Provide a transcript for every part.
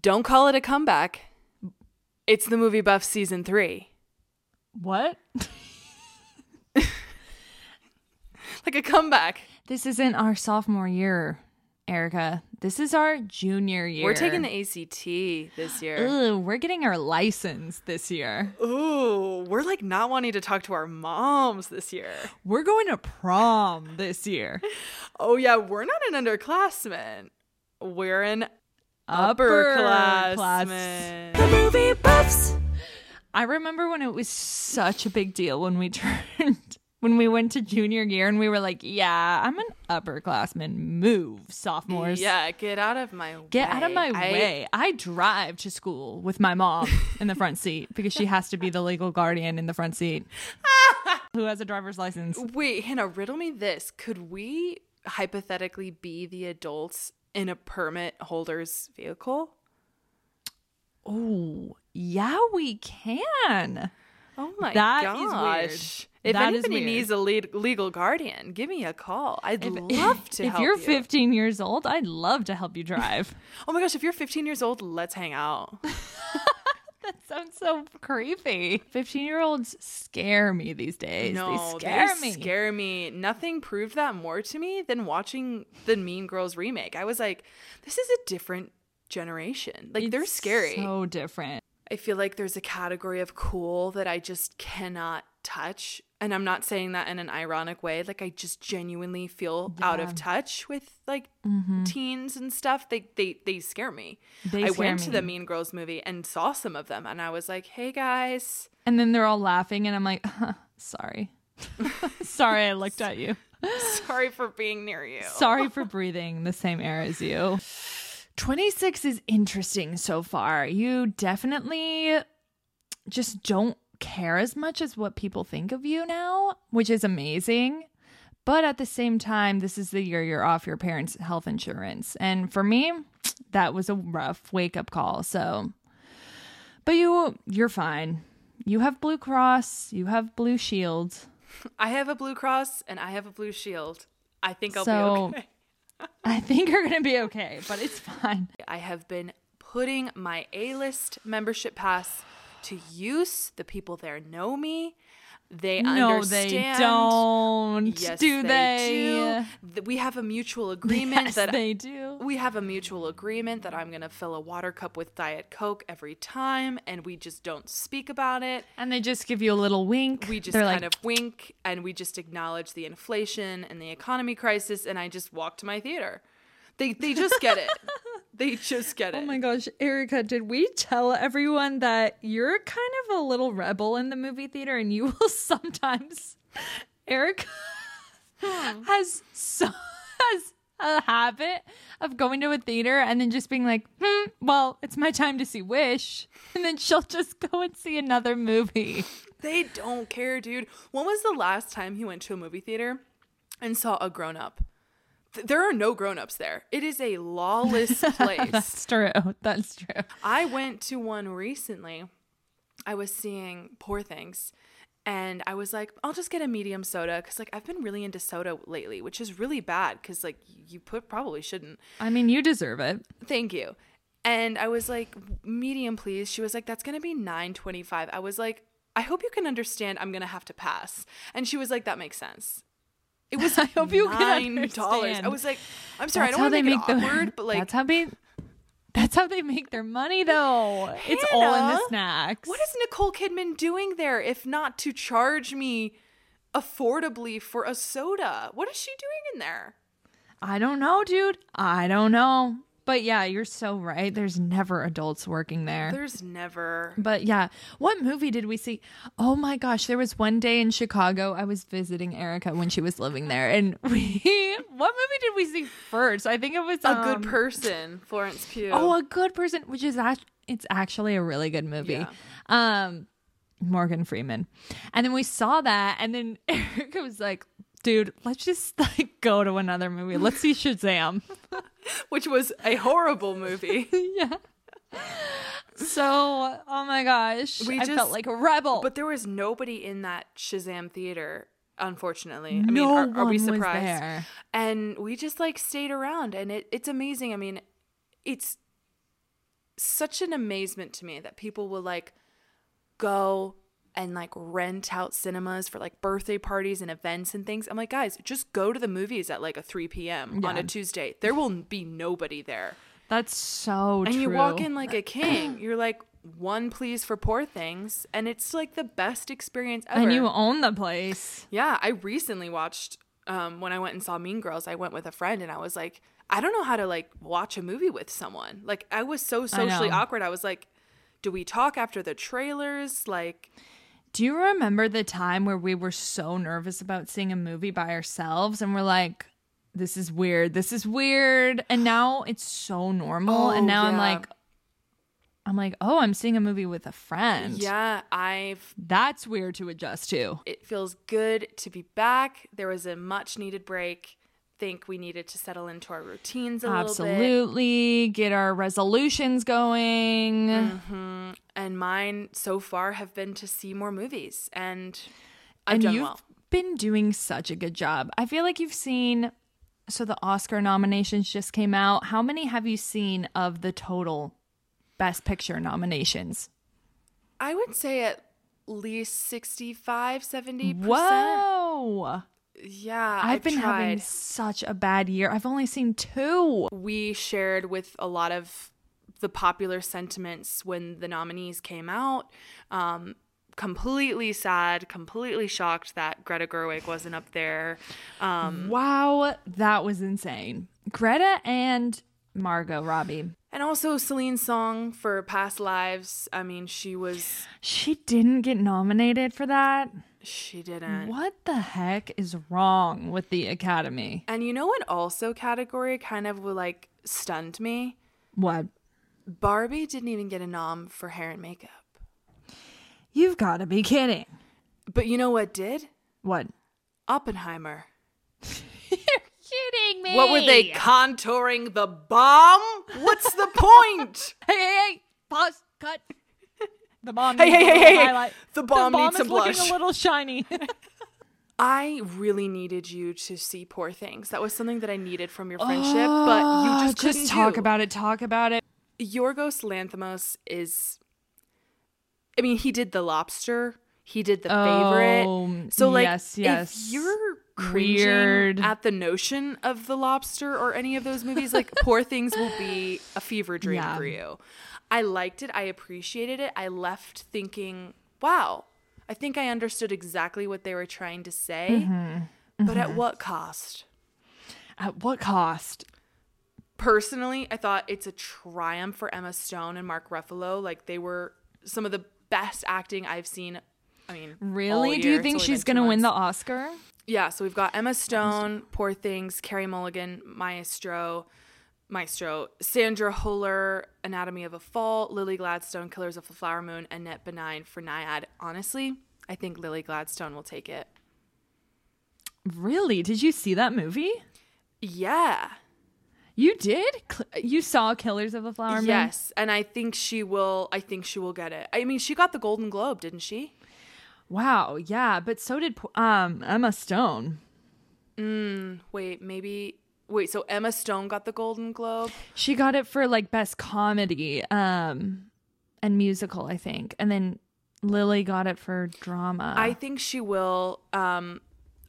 Don't call it a comeback. It's the movie Buff season three. What? Like a comeback. This isn't our sophomore year, Erica. This is our junior year. We're taking the ACT this year. Ugh, we're getting our license this year. Ooh, we're like not wanting to talk to our moms this year. We're going to prom this year. Oh, yeah, we're not an underclassman. We're an upperclassman. movie buffs. I remember when it was such a big deal when we turned when we went to junior year and we were like, "Yeah, I'm an upperclassman. Move, sophomores. Yeah, get out of my way. Get out of my I- way. I drive to school with my mom in the front seat because she has to be the legal guardian in the front seat. Who has a driver's license? Wait, Hannah, riddle me this. Could we hypothetically be the adults in a permit holder's vehicle? Oh, yeah, we can. Oh my That is weird. gosh. If That is anybody weird. needs a lead, legal guardian, give me a call. I'd love to if help you're you. 15 years old, I'd love to help you drive. Oh my gosh, if you're 15 years old, let's hang out. that sounds so creepy. 15 year olds scare me these days. no, they scare me. scare me. Nothing proved that more to me than watching the Mean Girls remake. I was like, this is a different generation. Like they're It's scary. So different. I feel like there's a category of cool that I just cannot touch. And I'm not saying that in an ironic way. Like I just genuinely feel out Yeah. Mm-hmm. of touch with like teens and stuff. They they they scare me. They I scare went to the me. Mean Girls movie and saw some of them and I was like, "Hey guys, And then they're all laughing, and I'm like, huh, sorry. sorry, I looked at you. sorry for being near you." Sorry for breathing the same air as you. 26 is interesting so far. You definitely just don't care as much as what people think of you now, which is amazing. But at the same time, this is the year you're off your parents' health insurance. And for me, that was a rough wake up call. So, but you, you're fine. You have Blue Cross, you have Blue Shield. I have a blue cross and I have a blue shield. I think I'll So- be okay. I think you're going to be okay, but it's fine. I have been putting my A list membership pass to use. The people there know me. They No, understand. they don't. Yes, do they, they? do. Th- We have a mutual agreement Yes, that they do. we have a mutual agreement that I'm gonna fill a water cup with Diet Coke every time, and we just don't speak about it. And they just give you a little wink. We just They're kind like, of wink and we just acknowledge the inflation and the economy crisis, and I just walk to my theater. They they just get it. they just get it. Oh my gosh, Erica, did we tell everyone that you're kind of a little rebel in the movie theater and you will sometimes Erica has so has a habit of going to a theater and then just being like, hmm, well, it's my time to see Wish. And then she'll just go and see another movie. They don't care, dude. When was the last time he went to a movie theater and saw a grown up? Th- There are no grown ups there. It is a lawless place. That's true. That's true. I went to one recently. I was seeing Poor Things, and I was like, I'll just get a medium soda because, like, I've been really into soda lately, which is really bad because, like, you put probably shouldn't. I mean, you deserve it. Thank you. And I was like, medium, please. She was like, that's gonna be nine twenty-five. I was like, I hope you can understand. I'm gonna have to pass. And she was like, that makes sense. It was I hope you can nine dollars. understand. I was like, I'm sorry, I don't want to make, it awkward, but like, that's how they that's how they make their money though. it's all in the Hannah, snacks. what is Nicole Kidman doing there if not to charge me affordably for a soda? What is she doing in there? I don't know, dude. I don't know. But yeah, you're so right. There's never adults working there. There's never. But yeah, what movie did we see? Oh my gosh, there was one day in Chicago. I was visiting Erica when she was living there, and we. What movie did we see first? I think it was A good um, person, Florence Pugh. Oh, a good person, which is act- it's actually a really good movie. Yeah. Um, Morgan Freeman, and then we saw that, and then Erica was like, "Dude, let's just like go to another movie. Let's see Shazam." which was a horrible movie. yeah. So, oh my gosh, We I just- felt like a rebel. But there was nobody in that Shazam theater, unfortunately. I No mean, are, are one we was surprised? there. And we just like stayed around, and it, it's amazing. I mean, it's such an amazement to me that people will like go and like rent out cinemas for like birthday parties and events and things. I'm like, guys, just go to the movies at like a 3 p.m. on a Tuesday. There will be nobody there. That's so And true. you walk in like a king. You're like, one please for poor things. And it's like the best experience ever. and you own the place. Yeah, I recently watched um, when I went and saw Mean Girls. I went with a friend, and I was like, I don't know how to like watch a movie with someone. Like, I was so socially know. awkward. I was like, Do we talk after the trailers? Like, Do you remember the time where we were so nervous about seeing a movie by ourselves and we're like, this is weird. This is weird. And now it's so normal. and Oh, now I'm yeah. like, I'm like, oh, I'm seeing a movie with a friend. yeah, I've. That's weird to adjust to. It feels good to be back. There was a much needed break. Think we needed to settle into our routines a little bit. Absolutely. Get our resolutions going. Mm-hmm. And mine so far have been to see more movies, and I've and done you've well. been doing such a good job. I feel like you've seen so the Oscar nominations just came out. How many have you seen of the total best picture nominations? I would say at least 65, 70 Whoa. Yeah, I've, I've, been tried. having such a bad year. I've only seen two. We shared with a lot of the popular sentiments when the nominees came out. Um, completely sad, completely shocked that Greta Gerwig wasn't up there. Um, Wow, that was insane. Greta and Margot Robbie. and also Celine's song for Past Lives. I mean, she was She didn't get nominated for that. she didn't. What the heck is wrong with the Academy? And you know what also category kind of like stunned me? What? Barbie didn't even get a nom for hair and makeup. You've got to be kidding. But you know what did? What? Oppenheimer. Kidding me. What were they contouring the bomb? What's the point? Hey, hey, hey. Pause. Cut. The bomb. hey, needs a hey, little hey, hey. highlight. The bomb needs is some looking blush. a little shiny. I really needed you to see poor things. That was something that I needed from your friendship, but you just couldn't Ah, talk do. about it. Talk about it. Yorgos Lanthimos is. I mean, he did the lobster. He did the Oh, favorite. So, like, yes, yes. if you're cringing Weird. at the notion of the lobster or any of those movies, like, poor things will be a fever dream Yeah. for you. I liked it. I appreciated it. I left thinking, wow, I think I understood exactly what they were trying to say, Mm-hmm. but at what cost? At what cost? personally, I thought it's a triumph for Emma Stone and Mark Ruffalo. Like they were some of the best acting I've seen. I mean, all Really? Do year. you It's think only she's been going two to win the months. Oscar? Yeah. So we've got Emma Stone, Poor Things, Carrie Mulligan, Maestro, Maestro, Sandra Huller, Anatomy of a Fall, Lily Gladstone, Killers of the Flower Moon, Annette Benign for Naiad. Honestly, I think Lily Gladstone will take it. Really? Did you see that movie? Yeah. You did? Cl- You saw Killers of the Flower Moon? Yes, and I think she will. I think she will get it. I mean, she got the Golden Globe, didn't she? Wow. Yeah. But so did po- um Emma Stone. Wait, maybe. Wait, so Emma Stone got the Golden Globe? She got it for like best comedy um and musical, I think. And then Lily got it for drama. I think she will. Um,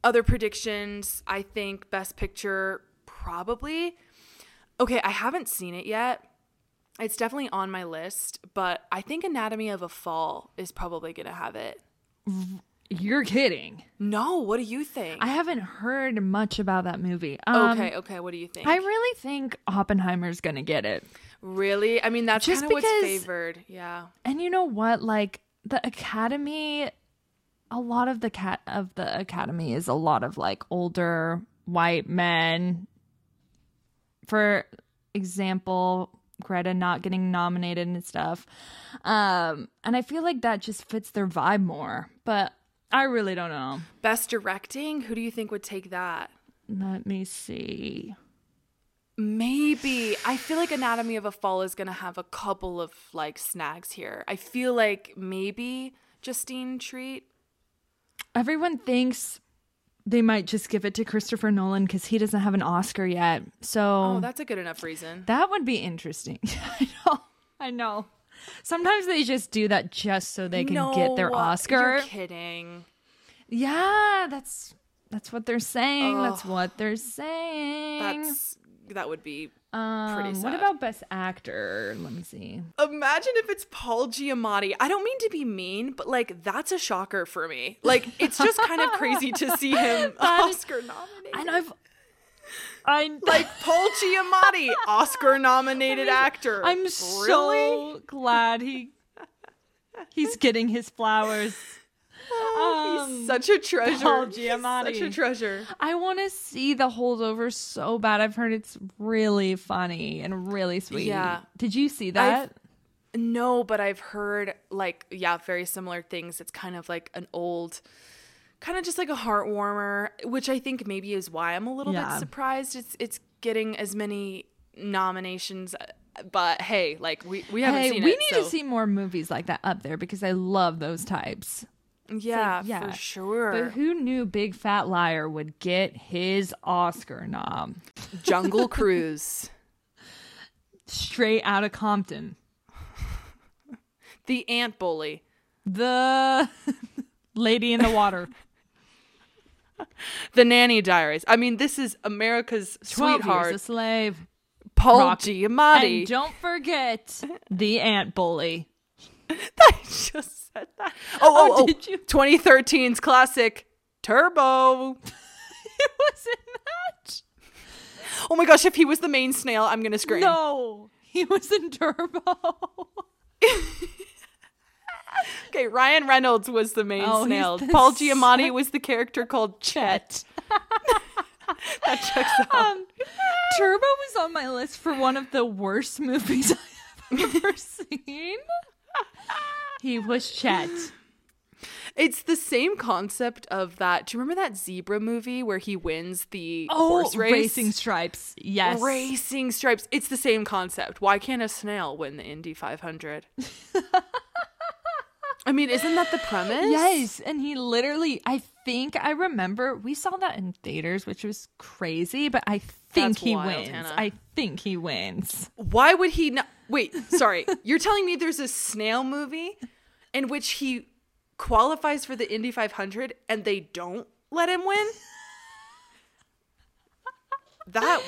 other predictions, I think Best Picture, probably. Okay, I haven't seen it yet. It's definitely on my list, but I think Anatomy of a Fall is probably going to have it. You're kidding. No, what do you think? I haven't heard much about that movie. Um, okay, okay, what do you think? I really think Oppenheimer's going to get it. really? I mean, that's Just kind of what's because- favored. Yeah. And you know what? Like the academy a lot of the cat of the academy is a lot of like older white men. For example, Greta not getting nominated and stuff. Um and I feel like that just fits their vibe more. But I really don't know. Best Directing, who do you think would take that? Let me see. Maybe. I feel like Anatomy of a Fall is going to have a couple of like snags here. I feel like maybe Justine Treat. Everyone thinks they might just give it to Christopher Nolan cuz he doesn't have an Oscar yet. So Oh, that's a good enough reason. That would be interesting. I know. I know. Sometimes they just do that just so they can get their No, Oscar. You're kidding. Yeah, that's that's what they're saying. That's Ugh. what they're saying. That's that would be. um, What sad. about Best Actor? Let me see. Imagine if it's Paul Giamatti. I don't mean to be mean, but like that's a shocker for me. Like it's just kind of crazy to see him Oscar nominated. And I've, I like Paul Giamatti, Oscar nominated actor. I'm Really? so glad he he's getting his flowers. Um, He's such a treasure. Paul He's Such a Giamatti. treasure. I want to see the holdover so bad. I've heard it's really funny and really sweet. Yeah. Did you see that? No, but I've heard like yeah, very similar things. It's kind of like an old kind of just like a heart warmer, which I think maybe is why I'm a little Yeah. bit surprised it's it's getting as many nominations uh, but hey, like we we haven't hey, seen we it, need so- to see more movies like that up there because I love those types. yeah, yeah. for sure. But who knew Big Fat Liar would get his Oscar nom Jungle Cruise. straight out of Compton? The Ant Bully. The Lady in the Water. The Nanny Diaries. I mean, this is America's 12 sweetheart, Years a Slave. Paul Rock. Giamatti. And don't forget the Ant Bully. I just said that. Oh, oh, oh, did you? 2013's classic Turbo. It wasn't Oh my gosh, if he was the main snail, I'm gonna that. scream. No, he was in Turbo. Okay, Ryan Reynolds was the main Oh, he's snail. the Paul Giamatti was the character called Chet. that checks out. Um, Turbo was on my list for one of the worst movies I've ever seen. He was Chet. It's the same concept of that. Do you remember that zebra movie where he wins the horse Oh, race? Oh, racing stripes. Yes. Racing stripes. It's the same concept. Why can't a snail win the Indy 500? I mean, isn't that the premise? Yes, and he literally I think I remember we saw that in theaters, which was crazy, but I think That's he wild, wins. Hannah. I think he wins. Why would he not? Wait, sorry. You're telling me there's a snail movie in which he qualifies for the Indy 500 and they don't let him win? That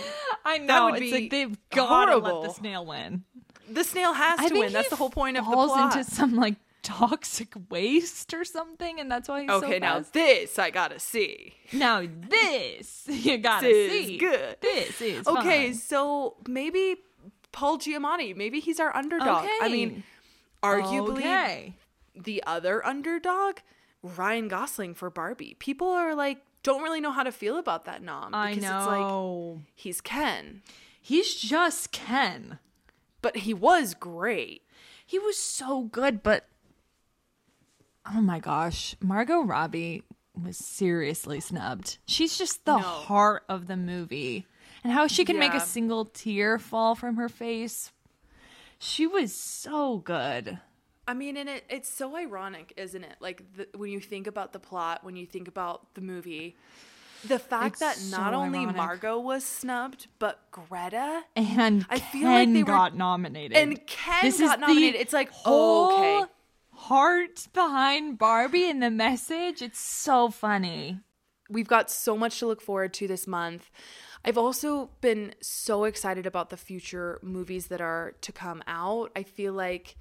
I know would be it's like they've gotta let the horrible. snail win. the snail has I to think win. That's he the whole point of the falls plot. into some like toxic waste or something, and that's why he's okay, so now fast. this I gotta see. Now this you gotta This is see. good. This is Okay, fun. so maybe Paul Giamatti. Maybe he's our underdog. I mean, arguably okay. the other underdog, Ryan Gosling for Barbie. People are like don't really know how to feel about that nom I because it's like know he's Ken, he's just Ken. but he was great. He was so good, but oh my gosh, Margot Robbie was seriously snubbed. She's just the No. heart of the movie, and how she can make Yeah. a single tear fall from her face. She was so good. I mean, and it, it's so ironic, isn't it? Like the, when you think about the plot, when you think about the movie, the fact It's that so not only ironic. Margot was snubbed, but Greta And I I feel like Ken they were- got nominated. and Ken got nominated. It's like, oh, whole okay. heart behind Barbie and the message. It's so funny. we've got so much to look forward to this month. I've also been so excited about the future movies that are to come out. I feel like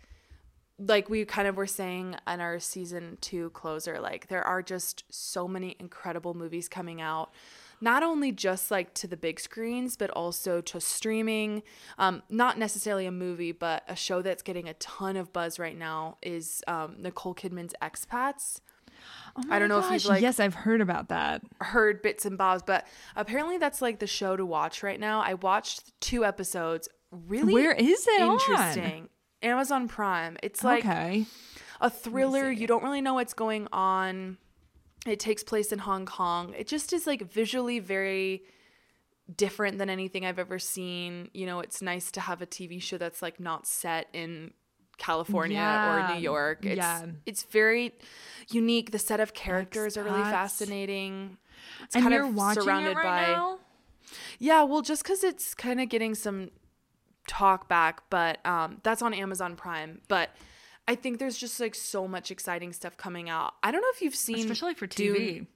like we kind of were saying in our season 2 closer like there are just so many incredible movies coming out. Not only just like to the big screens, but also to streaming. Um, not necessarily a movie, but a show that's getting a ton of buzz right now is um, Nicole Kidman's Expats Oh I don't know my if you've, gosh, like- yes, I've heard about that. heard bits and bobs, but apparently that's like the show to watch right now. I watched two episodes. Really Where is it on? interesting. Amazon Prime. It's like okay. a thriller. You don't really know what's going on. It takes place in Hong Kong. It just is like visually very different than anything I've ever seen. You know, it's nice to have a TV show that's like not set in California or Yeah. New York. It's Yeah. it's very unique. The set of characters are really Expats. fascinating. It's and kind you're of watching surrounded it right by now. yeah, well, just because it's kind of getting some talk back, but um, that's on Amazon Prime. But I think there's just like so much exciting stuff coming out. I don't know if you've seen, especially for TV. Dune.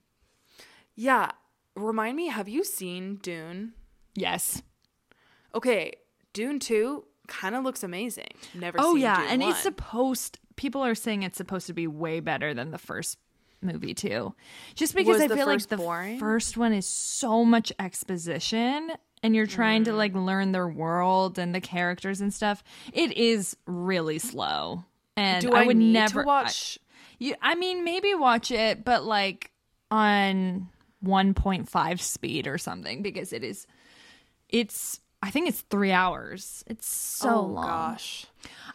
Yeah, remind me, have you seen Dune? Yes. Okay, Dune Two kind of looks amazing. Never. Oh seen yeah, Dune and it's 1. supposed. People are saying it's supposed to be way better than the first movie too, just because Was I the feel like first the boring? first one is so much exposition, and you're trying to Hmm. like learn their world and the characters and stuff. It is really slow, and Do I, I, would need never to watch? I, you, I mean, maybe watch it, but like on 1.5 speed or something because it is. It's. I think it's three hours. It's so oh long. gosh.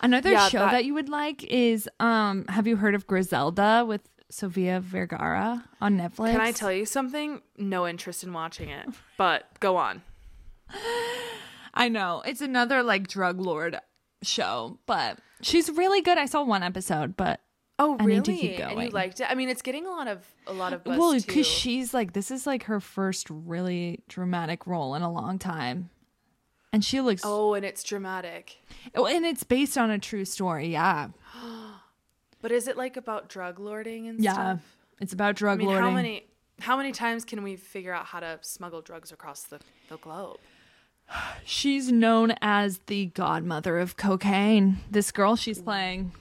Another Yeah, show that, that- you would like is um have you heard of Griselda with Sofia Vergara on Netflix? Can I tell you something? No interest in watching it, but go on. I know. It's another like drug lord show, but she's really good. I saw one episode, but Oh, I really? need to keep And going. you liked it? I mean, it's getting a lot of a lot of buzz well, too. because she's like this is like her first really dramatic role in a long time. And she looks oh. oh, and it's dramatic. and it's based on a true story, yeah. But is it like about drug lording and Yeah. stuff? It's about I drug mean, lording. how many how many times can we figure out how to smuggle drugs across the, the globe? She's known as the godmother of cocaine. This girl she's playing.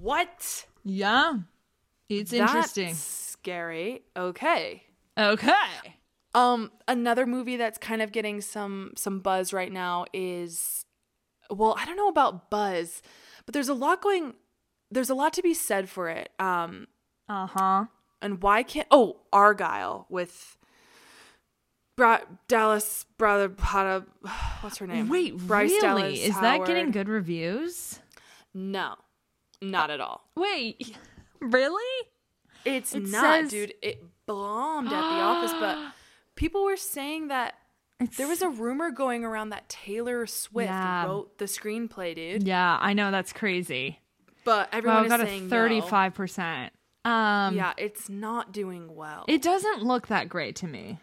What? Yeah. It's interesting. That's scary. Okay. Okay. Um, another movie that's kind of getting some some buzz right now is, well, I don't know about buzz, but there's a lot going, there's a lot to be said for it. Um, Uh huh. and why can't oh Argyle with, Bra- Dallas brother Hada, what's her name? Wait, Bryce really? Dallas Is that getting Howard. good reviews? No, not at all. Wait, really? It's It not, says- dude. It bombed at the office, but people were saying that there was a rumor going around that Taylor Swift Yeah. wrote the screenplay, dude. Yeah, I know that's crazy. But Wow, everyone I got is a saying thirty-five. thirty-five percent. Um, Yeah, it's not doing well. it doesn't look that great to me.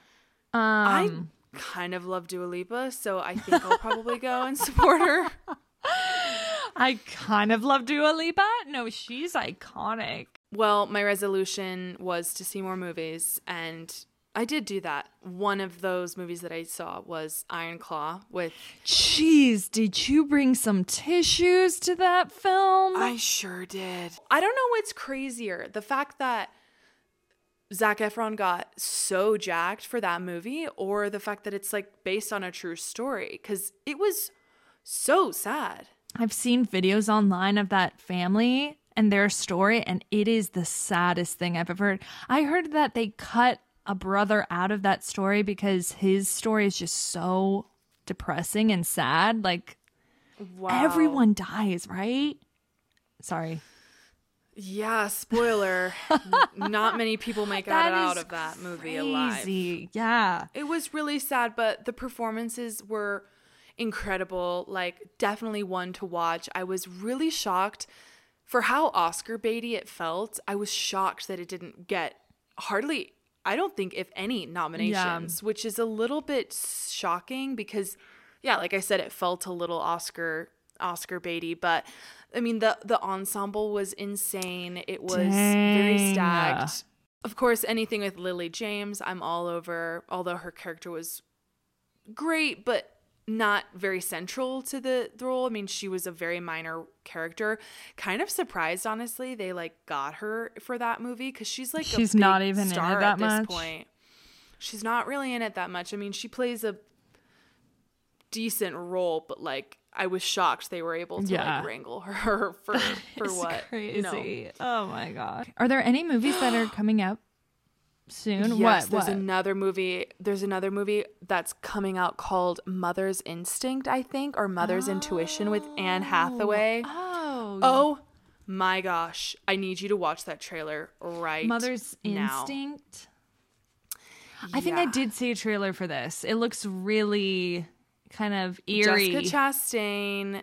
Um, I kind of love Dua Lipa, so I think I'll probably go and support her. I kind of love Dua Lipa. No, she's iconic. Well, my resolution was to see more movies, and I did do that. One of those movies that I saw was Iron Claw with Jeez, did you bring some tissues to that film? I sure did. I don't know what's crazier the fact that Zach Efron got so jacked for that movie, or the fact that it's like based on a true story, because it was so sad. I've seen videos online of that family and their story, and it is the saddest thing I've ever heard. I heard that they cut a brother out of that story because his story is just so depressing and sad. Like Wow. everyone dies, right? Sorry. Yeah, spoiler. N- Not many people make out, That out is of that movie alive. Crazy. Yeah. It was really sad, but the performances were incredible. Like, definitely one to watch. I was really shocked for how Oscar baity it felt. I was shocked that it didn't get hardly, I don't think, if any nominations, which is a little bit shocking because, yeah, like I said, it felt a little Oscar. Oscar Beatty, but I mean the the ensemble was insane. It was very Dang. stacked. Of course, anything with Lily James, I'm all over, although her character was great, but not very central to the, the role. I mean, she was a very minor character. Kind of surprised, honestly, they like got her for that movie because she's like She's a big not even in it star that at this much. point. She's not really in it that much. I mean, she plays a decent role, but like I was shocked they were able to Yeah. like wrangle her for for It's what Crazy. No. Oh my god. Are there any movies that are coming out soon? Yes, what? there's what? another movie. There's another movie that's coming out called Mother's Instinct, I think, or Mother's Intuition with Anne Hathaway. Oh. Oh my gosh, I need you to watch that trailer right. Mother's Oh, now. Instinct. I think I Yeah. did see a trailer for this. It looks really kind of eerie. Jessica Chastain,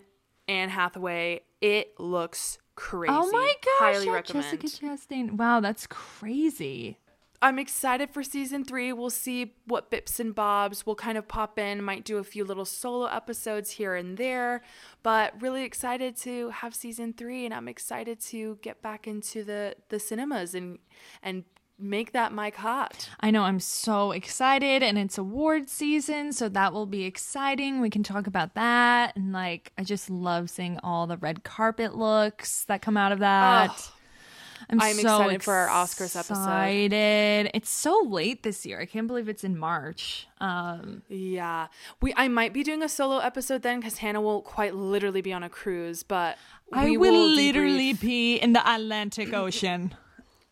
Anne Hathaway. It looks crazy. oh my gosh, Highly yeah, recommend. Jessica Chastain. Wow, that's crazy. I'm excited for season three. We'll see what bips and bobs will kind of pop in. Might do a few little solo episodes here and there, but really excited to have season three, and I'm excited to get back into the the cinemas and and make that mic hot. I know I'm so excited and it's award season, so that will be exciting. We can talk about that and like I just love seeing all the red carpet looks that come out of that. Oh, I'm, I'm so excited for our Oscars episode. Excited. It's so late this year. I can't believe it's in March. Um Yeah, we I might be doing a solo episode then because Hannah will quite literally be on a cruise, but I we will, debrief literally be in the Atlantic Ocean.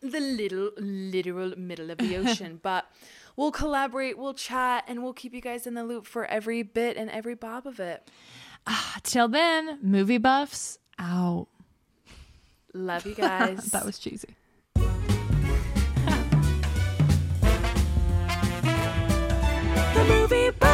the little literal middle of the ocean, but we'll collaborate, we'll chat, and we'll keep you guys in the loop for every bit and every bob of it. Till then, movie buffs out. Love you guys. That was cheesy. The movie buffs.